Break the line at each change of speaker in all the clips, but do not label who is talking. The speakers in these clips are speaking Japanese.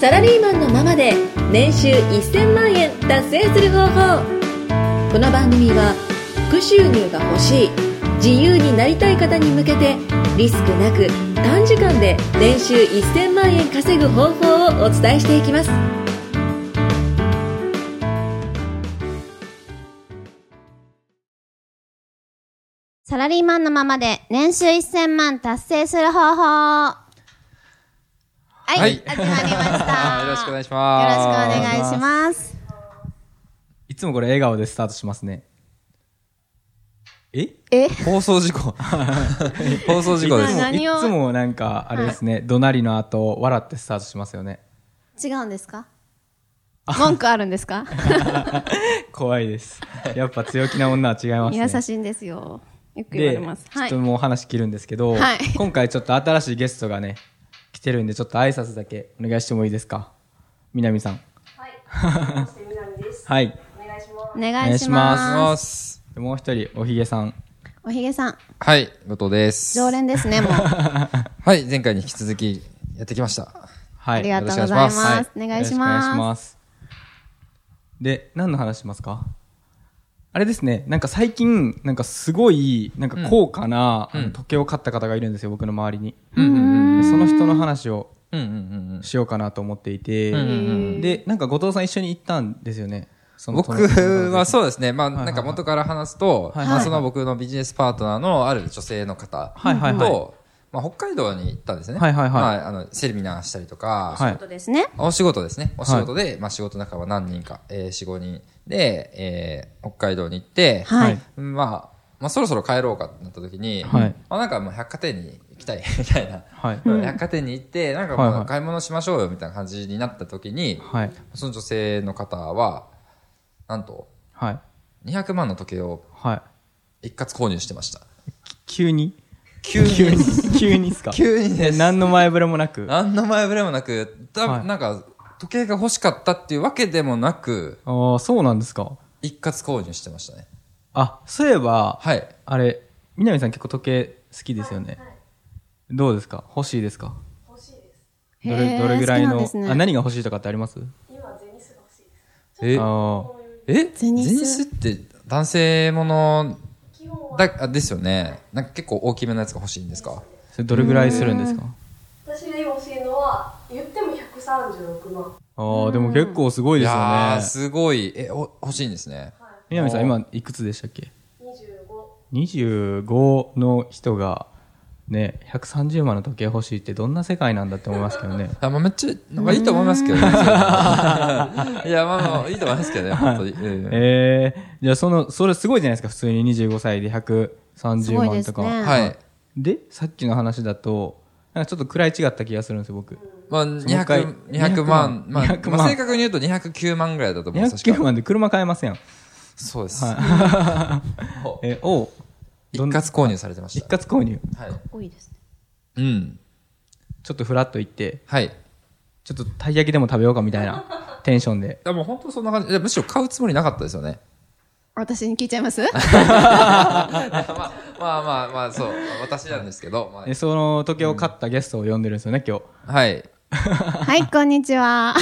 サラリーマンのままで年収1000万円達成する方法この番組は副収入が欲しい自由になりたい方に向けてリスクなく短時間で年収1000万円稼ぐ方法をお伝えしていきます
サラリーマンのままで年収1000万達成する方法。はい、
はい
始まりました。
よろしくお願いし
よろ
ま
し
す。
くお願いします。
いつもこれ笑顔でスタートしますね。え
え
放送事故。放送事故で
今
す。
い
何を
つもなんか、あれですね、怒鳴りの後、笑ってスタートしますよね。
違うんですか 文句あるんですか
怖いです。やっぱ強気な女は違いますね。
優しいんですよ。よく言われ
で、ちょ
ます。は
っ
い
と。もう話切るんですけど
はい、
今回ちょっと新しいゲストがね、来てるんで、ちょっと挨拶だけお願いしてもいいですか。南さん。 はい。はい。
お願いしま。
ますす。
でもう一人、おひげさん。
おひげさん、
はい、後藤です。
常連ですね、もう。あ
はい、前回に引き続きやってきました。
はい。。
りがとうござい
よ
ま。
ろしくお願いします
お願いします
で、何の話しますかあれですね、なんか最近、なんかすごい、なんか高価な、あの時計を買った方がいるんですよ、僕の周りに。でその人の話を
うんうんうん
しようかなと思っていて、
んうん
で、なんか後藤さん一緒に行ったんですよね。その
僕
友達の
は
方
そうですね、まあ、
いはい
なんか元から話すと、
はい
まあ、その僕のビジネスパートナーのある女性の方と、
はいはいはい
まあ、北海道に行ったんですね。
はいはいはい
まあ、あの、セミナーしたりとか、
は。い
そ。うですね。
お仕事ですね。お仕事で、まあ仕事仲間何人か、えー、4、5人で、えー、北海道に行って、
はい
まあ、まあそろそろ帰ろうかってなった時に、
はい
まあなんかもう百貨店に行きたい みたいな。
はい。
百貨店に行って、なんか
はい
ま
は
あ
い
買い物しましょうよみたいな感じになった時に、
はい。
その女性の方は、なんと、
はい。
200万の時計を
はい。
一括購入してました。
急に
急に
急に 急にっすか
急にです。
何の前触れもなく。
何の前触れもなく、多分
はい
なんか、時計が欲しかったっていうわけでもなく、
ああ、そうなんですか。
一括購入してましたね。
あ、そういえば、
はい。
あれ、南さん結構時計好きですよね。どうですか欲しいですかど
へ
れ
ー
どれぐらい
好きなん
の、
ですね
あ何が欲しいとかってあります
え
あー
え
ゼ
ゼ
ニ
ニ
ス
スって男性ものだあですよね。なんか結構大きめのやつが欲しいんですか
それどれぐらいするんですか
私が今欲しいのは言っても136万
ああ、でも結構すごい
い
ですよ
やー、
ね。
すごい。え、お欲しいんですね。
南さん今いくつでしたっけ
25
?25 の人が、ね、130万の時計欲しいってどんな世界なんだって思いますけどね。
あまあ、めっちゃ、なんかいいと思いますけどね。いや、 まあまあ、いいと思いますけどね、本当に。うん
ええじゃあその、それすごいじゃないですか。普通に25歳で
す
130
ごいで
万
す
と
ね。
か。
はい。
で、さっきの話だと、なんかちょっと暗い違った気がするんですよ、僕。
まあ、
もう一回
200、200万。まあ、
200
まあ
万
正確に言うと209万ぐらいだと思います。
209
確か
万で車買えません。
そうです。
え、を、
一括購入されてまし
一
た。
括購入。
はい。
多いですね。
うん。
ちょっとフラッと行って、
はい。い
ちょっとたい焼きでも食べようかみたいなテンションで。
や、もう本当そんな感じ。いやむしろ買うつもりなかったですよね。
私に聞いちゃいます
まあまあまあまあそう私なんですけど、ま
で、その時計を買ったゲストを呼んでるんですよね、今日。
あ、はい
はい、こんにちは。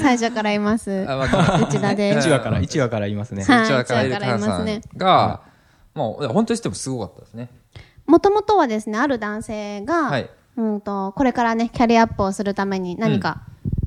最初からいます。
あまあ
内田で
1
す。
話から、1話から言いますね。
はい
一話からい
一
る
話からい
タン
ま
さ
すね
んが、もういや本当にしてもすごかったですね
もともとはですね、ある男性が、
はい
うんと、これからね、キャリアアップをするために何か、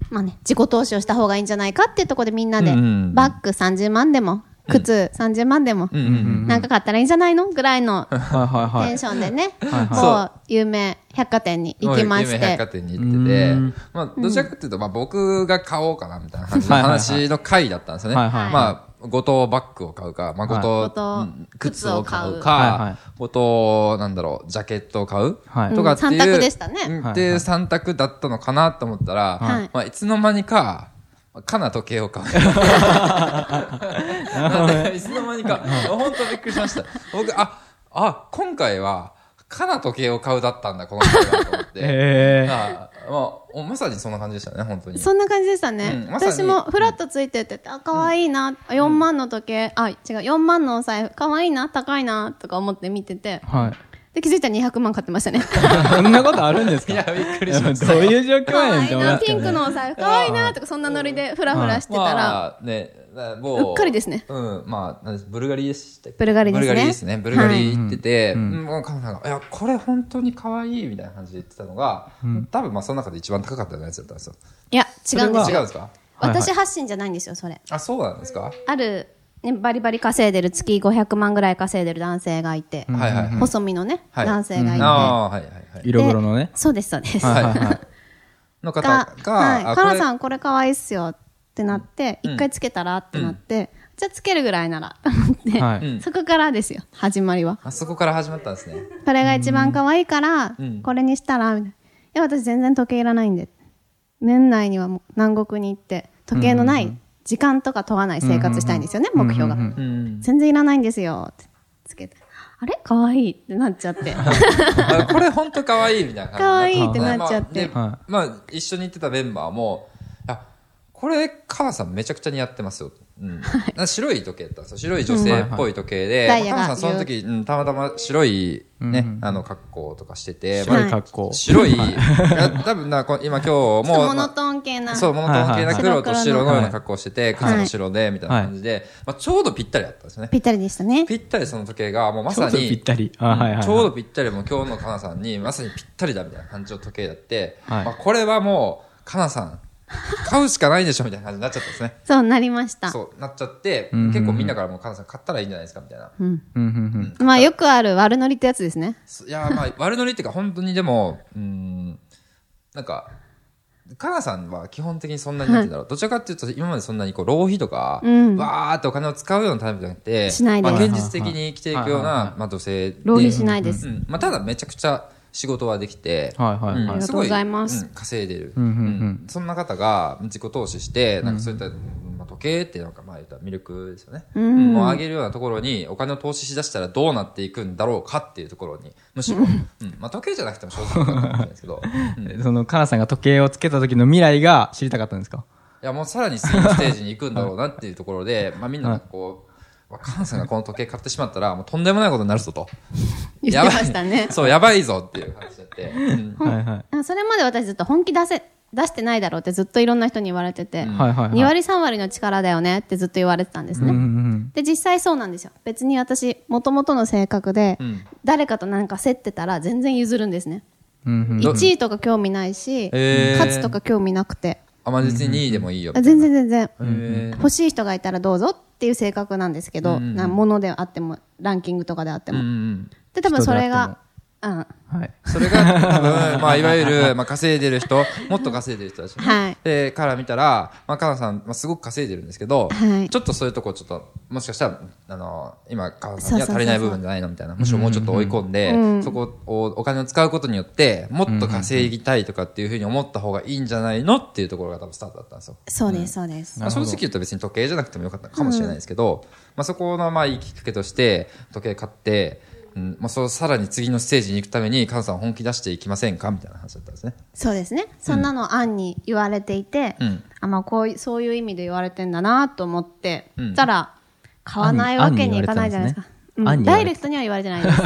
まあね、自己投資をした方がいいんじゃないかっていうところでみんなで、
うんうん
バッグ30万でも、靴30万でも、
うんうん、
なんか買ったらいいんじゃないのぐらいの
はいはいは
テン
い。
ションでね、
はい
もう有名百貨店に行きまし
夢百貨
て、
店に行ってて
うん、
まあ、どちらかというと、まあ、僕が買おうかな、みたいな感じの
はいはいはい
話の回だったんですよね。
はいはいはい
まあ、後藤バッグを買うか、まあ、後藤、
はい
うん靴を買う
はいはい
か、後藤、なんだろう、ジャケットを買う、
はい
とかっていう。
うん三択でしたね
うん
はい
っていう三択だったのかなと思ったら、
はい
まあ、いつの間にか、かな時計を買う。 いつの間にか、本当びっくりしました。僕、あ、あ、今回は、かな時計を買うだったんだ、この回は、と思って。
え ー、
ああまあ、おまさにそんな感じでしたね、本当に。
そんな感じでしたね。
うんまさに
私もフラッとついてってて、あ、可愛いな、あ4万の時計、あ、違う、4万のお財布、可愛いな、高いな、とか思って見てて、
はい。
で、気づいたら200万買ってましたね。
そんなことあるんですか
いや、びっくりしました。
どういう状況
可
やねんっ
愛い
て思いま
な、
すけ
ピ
ど
ンク
ね。
のお財布可愛いなとか、そんなノリでフラフラしてたら、
まあね、もう。
うっかりですね
うん、まあ、なんですブルガリでしたっけ
ブルガリですね
ブルガリですね。ブルガリ行ってて、う
はい
んもうカナさんが、いや、これ本当に可愛いみたいな感じで言ってたのが、多分まあ、その中で一番高かったやつだったんですよ。
いや、違うんで
そ
す
れは違うん
よ。
ですか
はいはい
私発信じゃないんですよ、それ。
あ、そうなんですか、
ある、ね、バリバリ稼いでる、月500万ぐらい稼いでる男性がいて、
はいはいはい。
細身のね、
はい
男性がいて。
ああー、はいはいはい。
色黒のね
で。そうです、そうです。
はいはいはい。
の方
が
が、、
はい、
あ
カ
こ
ナ
れ
さんこれ可愛いっすよってなって、一、回つけたらってなって、じゃあつけるぐらいならと思って、
は
う
い。
ん
そこからですよ、始まりは。
あそこから始まったんですね。
これが一番可愛いから、
うん
これにしたら、みたいな。いや、私全然時計いらないんで。年内にはもう南国に行って、時計のない時間とか問わない生活したいんですよね、目標が。
うん。
全然いらないんですよってつけて。あれ可愛いってなっちゃって。
あこれ本当可愛いみたいな感じ
可愛
に
いってなっちゃって
ねまあでまあ、一緒に行ってたメンバーも、あ、これ、かなさんめちゃくちゃ似合ってますよ。うん。なんか白い時計だったんですよ。白い女性っぽい時計で、
うんはいはい
まあかなさんその
ダイ
時、うんたまたま白いね、
うん
あの、格好とかしてて、
白
はい
い格好。
白い、あ多分な、こ今今日
ち
も、
ょっとモ
ま
ノ
あ
トーン系な。
そう、モノトーン系な
はいはいはい
黒と白のような格好をしてて、
はい
靴も白で、みたいな感じで、まあ、ちょうどぴったりだったんですよね。
ぴったりでしたね。
ぴったりその時計が、もうま
ちょ
さ
うど
に、
ぴったり。あ、はいはいはい。
ちょうどぴったりもう今日のかなさんに、まさにぴったりだみたいな感じの時計だって、
はい
まあ、これはもう、かなさん、買うしかないでしょみたいな感じになっちゃったんですね。
そう、なりました。
そう、なっちゃって、
んうんうん
結構みんなからもうかなさん買ったらいいんじゃないですかみたいな。
うんうんうん。
まあよくある悪ノリってやつですね。
いやー、まあ、悪乗りっていうか、本当にでも、うーん、なんか、かなさんは基本的にそんなになんて言うんだろう。どちらかっていうと、今までそんなにこう、浪費とか、
うん
わーってお金を使うようなタイプじゃなくて、
しないで
ますあ、現実的に生きていくよう
はいはい
な、まあ、女性で。
浪費しないで
う
す。
ん。まあ、ただめちゃくちゃ仕事はできて、
はいはい
うん
は
あ
い
り。がとうございます
ごうん稼いでる、
うんうんうん
そんな方が自己投資して、なんかそういった、まあ、時計ってなんかまあ言ったら魅力ですよね。
ん
もう上げるようなところにお金を投資しだしたらどうなっていくんだろうかっていうところに、むしろ、うん、まあ時計じゃなくても正直なかもしれないですけ ど、うんい
その、カナさんが時計をつけた時の未来が知りたかったんですか
やもうさらに次のステージに行くんだろうなっていうところで、まあみんななんかこう、まあカンさんがこの時計買ってしまったら、もうとんでもないことになるぞと。
言ってました
やば
ね
い。そう、やばいぞっていう話だって。うん
はいは
あそれまで私ずっと本気出せ、出してないだろうってずっといろんな人に言われてて、
い。はいはいはい。
2割3割の力だよねってずっと言われてたんです
うんう
ね。
ん
で、実際そうなんですよ。別に私、もともとの性格で
ん、
誰かとなんか競ってたら全然譲るんですね。
うん。うんうん。
ど
1位とか興味ないし、
へー
勝つとか興味なくて。
あ、まあ別に2位でもいいよみたいな。
全然全然。
へー
欲しい人がいたらどうぞっていう性格なんですけど、
うん
な物であっても、ランキングとかであって
うんう
も。
ん。
で、多分それが、うん。
はい。
それが多分、まあ、いわゆる、まあ、稼いでる 人、もっと稼いでる人たち、ね
はい
でから見たら、まあ、かなさん、まあ、すごく稼いでるんですけど、
はい
ちょっとそういうとこ、ちょっと、もしかしたら、あの、今、かなさんには
そうそうそうそう
足りない部分じゃないのみたいな、むしろもうちょっと追い込んで、
うん
そこをお金を使うことによって、もっと稼ぎたいとかっていうふうに思った方がいいんじゃないのっていうところが多分スタートだったんですよ。
そうです、そうです。
まあ、正直言うと別に時計じゃなくてもよかったかもしれないですけど、まあ、そこのまあいいきっかけとして時計買って、うんまあ、そうさらに次のステージに行くために菅さん本気出していきませんかみたいな話だったんですね。
そうですね。そんなの案に言われていて、
うん
あまあこういうそういう意味で言われてんだなと思って、
うん
たら買わないわけにいかないじゃないですか。
案
う
に
ん
案
ダイ
に言われて
レクトには言われてないです。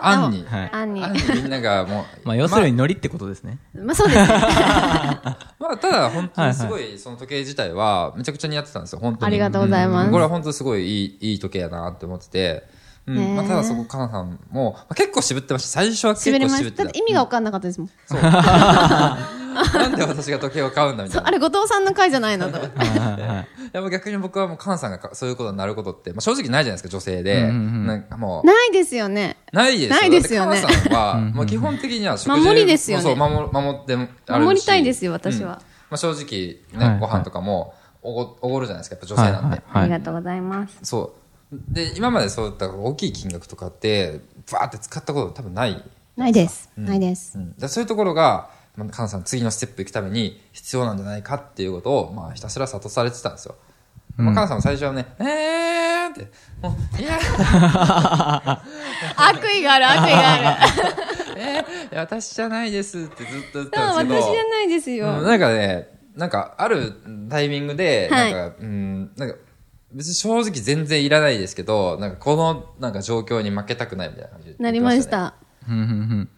案に、
はい
案に。
案にみんな がもう、
まあ、要するにノリってことですね。
まあそうですね。
まあ、ただ本当にすごいその時計自体はめちゃくちゃ似合ってたんですよ、本当に。
ありがとうございます
んこれは本当にすごいいいいい時計やなって思ってて、うん
ねえ
まあ、ただそこ、かなさんも、まあ、結構渋ってました。最初は結
滑り
構
ま
渋
し
っ
てた。だっ。
た
て意味が分かんなかったですもん。
なんで私が時計を買うんだみたい
そう
な
あ。れ、後藤さんの回じゃないのと。
はいはいはい。
でも逆に僕はもうカナさんがかそういうことになることって、まあ、正直ないじゃないですか女性で、
うんうんうん
なんかもう
ないですよね。
ないですよ
ないですよね
だってカナさんは
うんうん
まあ基本的には食事
守りですよね
そう守守ってあるし
守りたいですよ私は
まあ、正直
はいは
ね
い
ご飯とかもおごおごるじゃないですかやっぱ女性なんで、
あ
は
り
いは
が
い。
とうございます。
そうで今までそういった大きい金額とかってバーって使ったこと多分ない、
ないです。
うん
ないです
う。ん、でそういうところがまあカナさん次のステップ行くために必要なんじゃないかっていうことを、まあ、ひたすら諭されてたんですよまあ、カナさんも最初はね、えーって、もう、いや、
悪意がある、悪意がある。
えー、いや私じゃないですってずっと言って
そ
たん
う、
ですけど。
私じゃないですよ。
うんなんかね、なんか、あるタイミングで、
はい
なんか、うん、なんか、別に正直全然いらないですけど、なんかこの、なんか状況に負けたくないみたいな感じで言って
なりました。
うんうんうん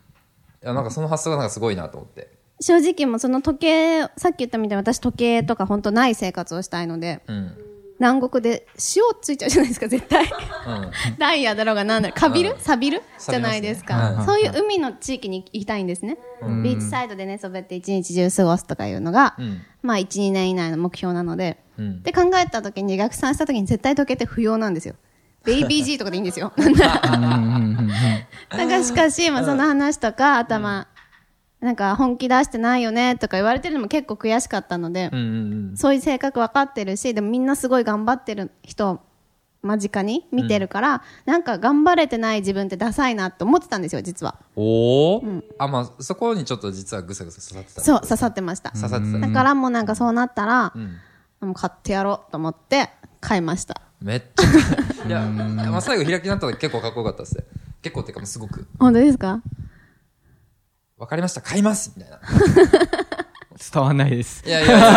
いやなんかその発想がなんかすごいなと思って。
正直もうその時計、さっき言ったみたいに私時計とか本当ない生活をしたいので、
うん。
南国で塩ついちゃうじゃないですか、絶対。
うん。
ダイヤだろうがなんだろう、カビる
うん
サビるじ
錆
ゃ
びますね
ないです
はいはいは
か。
い
そういう海の地域に行きたいんですね。ビーチサイドで寝そべって一日中過ごすとかいうのが、
うん
まあ1、2年以内の目標なので、
うん
で考えた時に逆算した時に絶対時計って不要なんですよ。ベイビー G とかでいいんですよ。なんならなんかしかし、まあ、その話とか頭、なんか本気出してないよねとか言われてるのも結構悔しかったので
うんう、ん
そういう性格分かってるしでもみんなすごい頑張ってる人を間近に見てるから、なんか頑張れてない自分ってダサいなと思ってたんですよ実は
おお、あ、まあ、そこにちょっと実はぐさぐさ刺さってた。
そう刺さってました
刺さってた
だからもうなんかそうなったら、
ん
もう買ってやろうと思って買いました
めっちゃ。い や、まあ、最後開きになった時結構かっこよかったっすね。結構っていうかもうすごく、
本当ですか
わかりました、買いますみたいな。
伝わんないです
いやいやいやいやい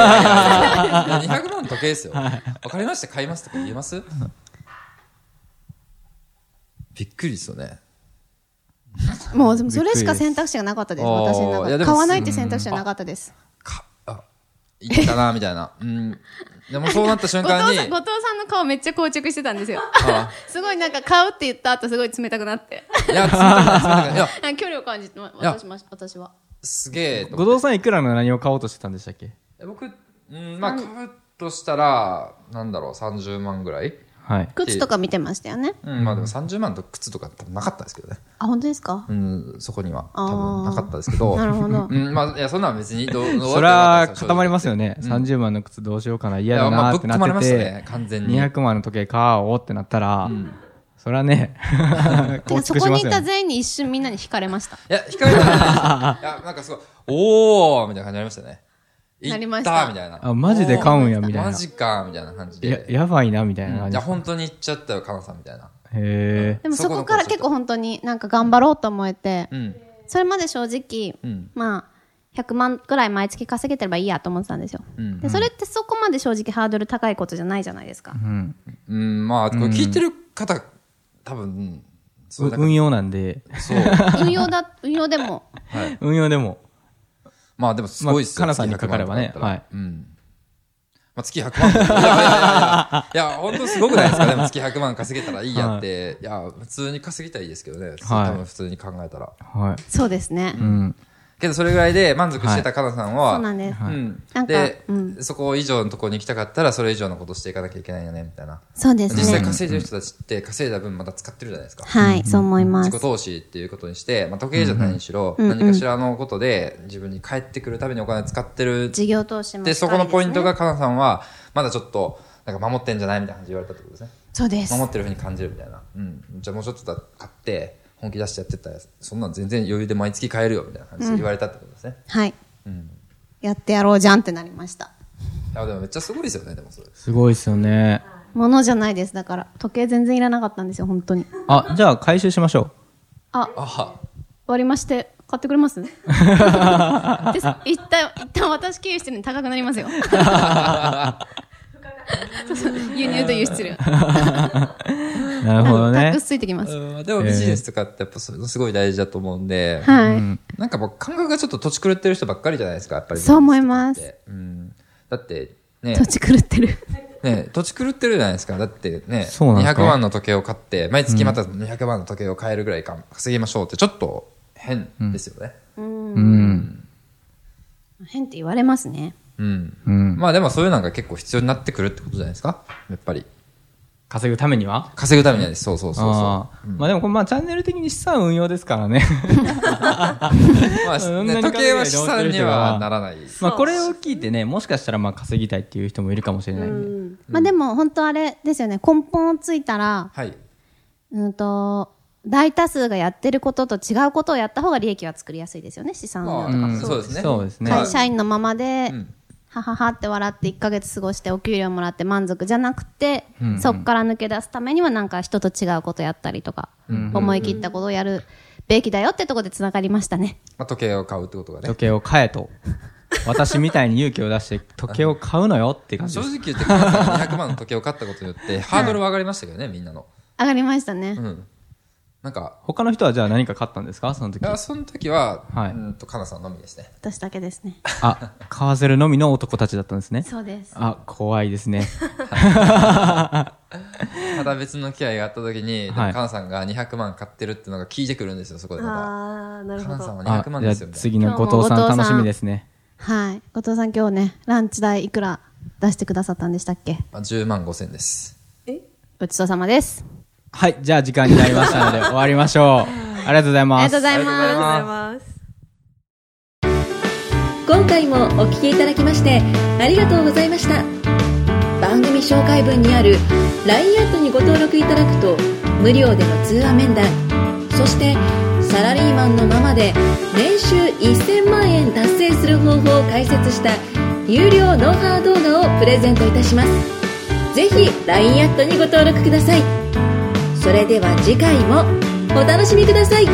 や、200万の時計ですよ。わかりました、買いますとか言えますびっくりですよね。
もうでもそれしか選択肢がなかったです
びっくりで
私
す
の
あー
中
いやで
で
も
買わないって選択肢はなかったです
か、あ、いったな、みたいな。うん。でもそうなった瞬
後藤
間に
さ ん後、藤さんの顔めっちゃ硬直してたんですよ
あ
すごいなんか買うって言った後すごい冷たくなって
いや、つまんないいや、
なんか距離を感じてま
いや
私ま私は
すげえと思って
後藤さんいくらの何を買おうとしてたんでしたっけ
僕、うん、まあ、買うとしたら、なんだろう、30万ぐらい
はい
靴とか見てましたよね
うん、まあでも30万と靴とか多分なかったですけどね。
あ本当ですか
うん、そこには
あー
多分なかったですけど。
なるほど
うん、まあ、いや、そんなん別にどう、どう
そりゃ固まります
よ。
よね、30万の靴どうしようかな
正
嫌
直いや、
だ
ま
な
あ、ぶ
っ
って込まれ
な
ま
って
した
て、
ね、完全に。
200万の時計買おうってなったら、そりゃね
てか
構
そ
築
こ
しま
にい
すよ
た
ね
全員に一瞬みんなに惹かれました。
いや、控えたら、いや、なんかすごい、おーみたいな感じになりましたね。い
なりま
っ
したた
みたいな。
あマジで買うんやみたいな
マジかみたいな感じ
や
で。
やばいなみたいな
うん
感
い
じ、
や、本当に行っちゃったよ、カナさんみたいな。
へえ
でも
そ
そ
この
こから
コンセプ
結
ト
構本当になんか頑張ろうと思えて
う、ん。
それまで正直、
うん
まあ、100万くらい毎月稼げてればいいやと思ってたんですよ。
うん
で、それってそこまで正直ハードル高いことじゃないじゃないですか。
うん、
うん、まあ、これ聞いてる方、多分、そうう、なんか
運用なんで
そう。
運用だ、運用でも、
はい。
運用でも
まあでもすごいっすよ。
まあカナさんにかかればね
月100万だったらうん。まあ月100万。
は
いやいやいやいや、いや本当すごくないですかでも月100万稼げたらいいやって。いや、普通に稼ぎたいですけどね。多分普通に考えたら。
はい
そうですね。
うん
けどそれぐらいで満足してたカナさんは。
そうなんです。
うん
なんか
で
う、
そこ以上のところに行きたかったら、それ以上のことしていかなきゃいけないよね、みたいな。
そうです
実際
ね。
稼いでる人たちって、稼いだ分また使ってるじゃないですか。
はい、そう思いま
自
す
己。投資っていうことにして、まあ、時計じゃないにしろ、
うんうん
何かしらのことで自分に返ってくるためにお金使ってる
事業投資も、
で、そこのポイントが、。かなさんは、まだちょっと、なんか守ってんじゃないみたいな感じで言われたってことですね。
そうです。
守ってるふうに感じるみたいな。うん。じゃあもうちょっとだ買って、本気出してやってったら、そんなん全然余裕で毎月買えるよみたいな感じで言われたってことですね。
はい。
うん。
やってやろうじゃんってなりました。
いや、でもめっちゃすごいですよね、でもそれ。
すごいですよね
ものじゃないです。だから、時計全然いらなかったんですよ、本当に。
あじゃあ回収しましょ
あ、
あ
割りまして、買ってくれます です一旦、一旦私経由してるのに高くなりますよ。 そうそう輸入と輸出量。
うなるほど
タッ
ね
クスついてきます。
あ。でもビジネスとかってやっぱそういうのすごい大事だと思うんで、
は
なんかもう感覚がちょっと土地狂ってる人ばっかりじゃないですか、やっぱり。
そう思います
ビジネスとかって。うん。だって、ね
い。土地狂ってる。
ねえ、土地狂ってるじゃないですか。だってね、
そうなんです
200
か
万の時計を買って、毎月また200万の時計を買えるぐらいか稼ぎましょうって、ちょっと変ですよね。
うん
変って言われますね。
うん。
うん
まあでもそういうのが結構必要になってくるってことじゃないですか。やっぱり。
稼ぐためには
稼ぐためにはです。そうそうそうそ
あーまあでもこれまあチャンネル的に資産運用ですからね
う。まあ、
そん
ね
なに
時計は資
考えない
産
で
にはならない。
まあこれを聞いてねもしかしたらまあ稼ぎたいっていう人もいるかもしれないんで、
まあでも、本当あれですよね。根本をついたら、
はい。
うんと、大多数がやってることと違うことをやった方が利益は作りやすいですよね、資産
ま
を
あ、。
ん
そうですね。
そうですね
まあ
会社員のままで
うん、
はははって笑って1ヶ月過ごしてお給料もらって満足じゃなくて、そこから抜け出すためにはなんか人と違うことやったりとか、思い切ったことをやるべきだよってとこでつながりました ね。
まあ時計を買うってことがね
時。計を買えと私みたいに勇気を出して時計を買うのよって感じ
正
です
直言って、カナさんが200万の時計を買ったことによって、ハードルは上がりましたけどね、みんなの。
上がりましたね。
うん。なんか、
他の人はじゃあ何か買ったんですかその
い
時。
やその時は、
はい
うんと、かなさんのみですね。
私だけですね。
あ、買わせるのみの男たちだったんですね。
そうです。
あ、怖いですね。
また別の機会があった時に、でも
はい
かなさんが200万買ってるってのが聞いてくるんですよ、そこでま
あー、な
た。
る
か
ほ
なさん
ど。
は
あ
200、万
じ
で
ゃあ
すよ、みたい
次の後藤さ
今日も後藤さ
ん
ん
楽しみですね。
はい。後藤さん今日ね、ランチ代いくら出してくださったんでしたっけ
な。あ10万5千です。
え
ごちそうさまです。
はい、じゃあ時間になりましたので終わりましょう。ありがとうござい
あり
ま
が
す
とうご。ざい
ありがとうご
ま
ざ
す。
います。
今回もお聞きいただきましてありがとうございました番組紹介文にある LINE アットにご登録いただくと無料での通話面談そしてサラリーマンのままで年収1000万円達成する方法を解説した有料ノウハウ動画をプレゼントいたしますぜひ LINE アットにご登録くださいそれでは次回もお楽しみください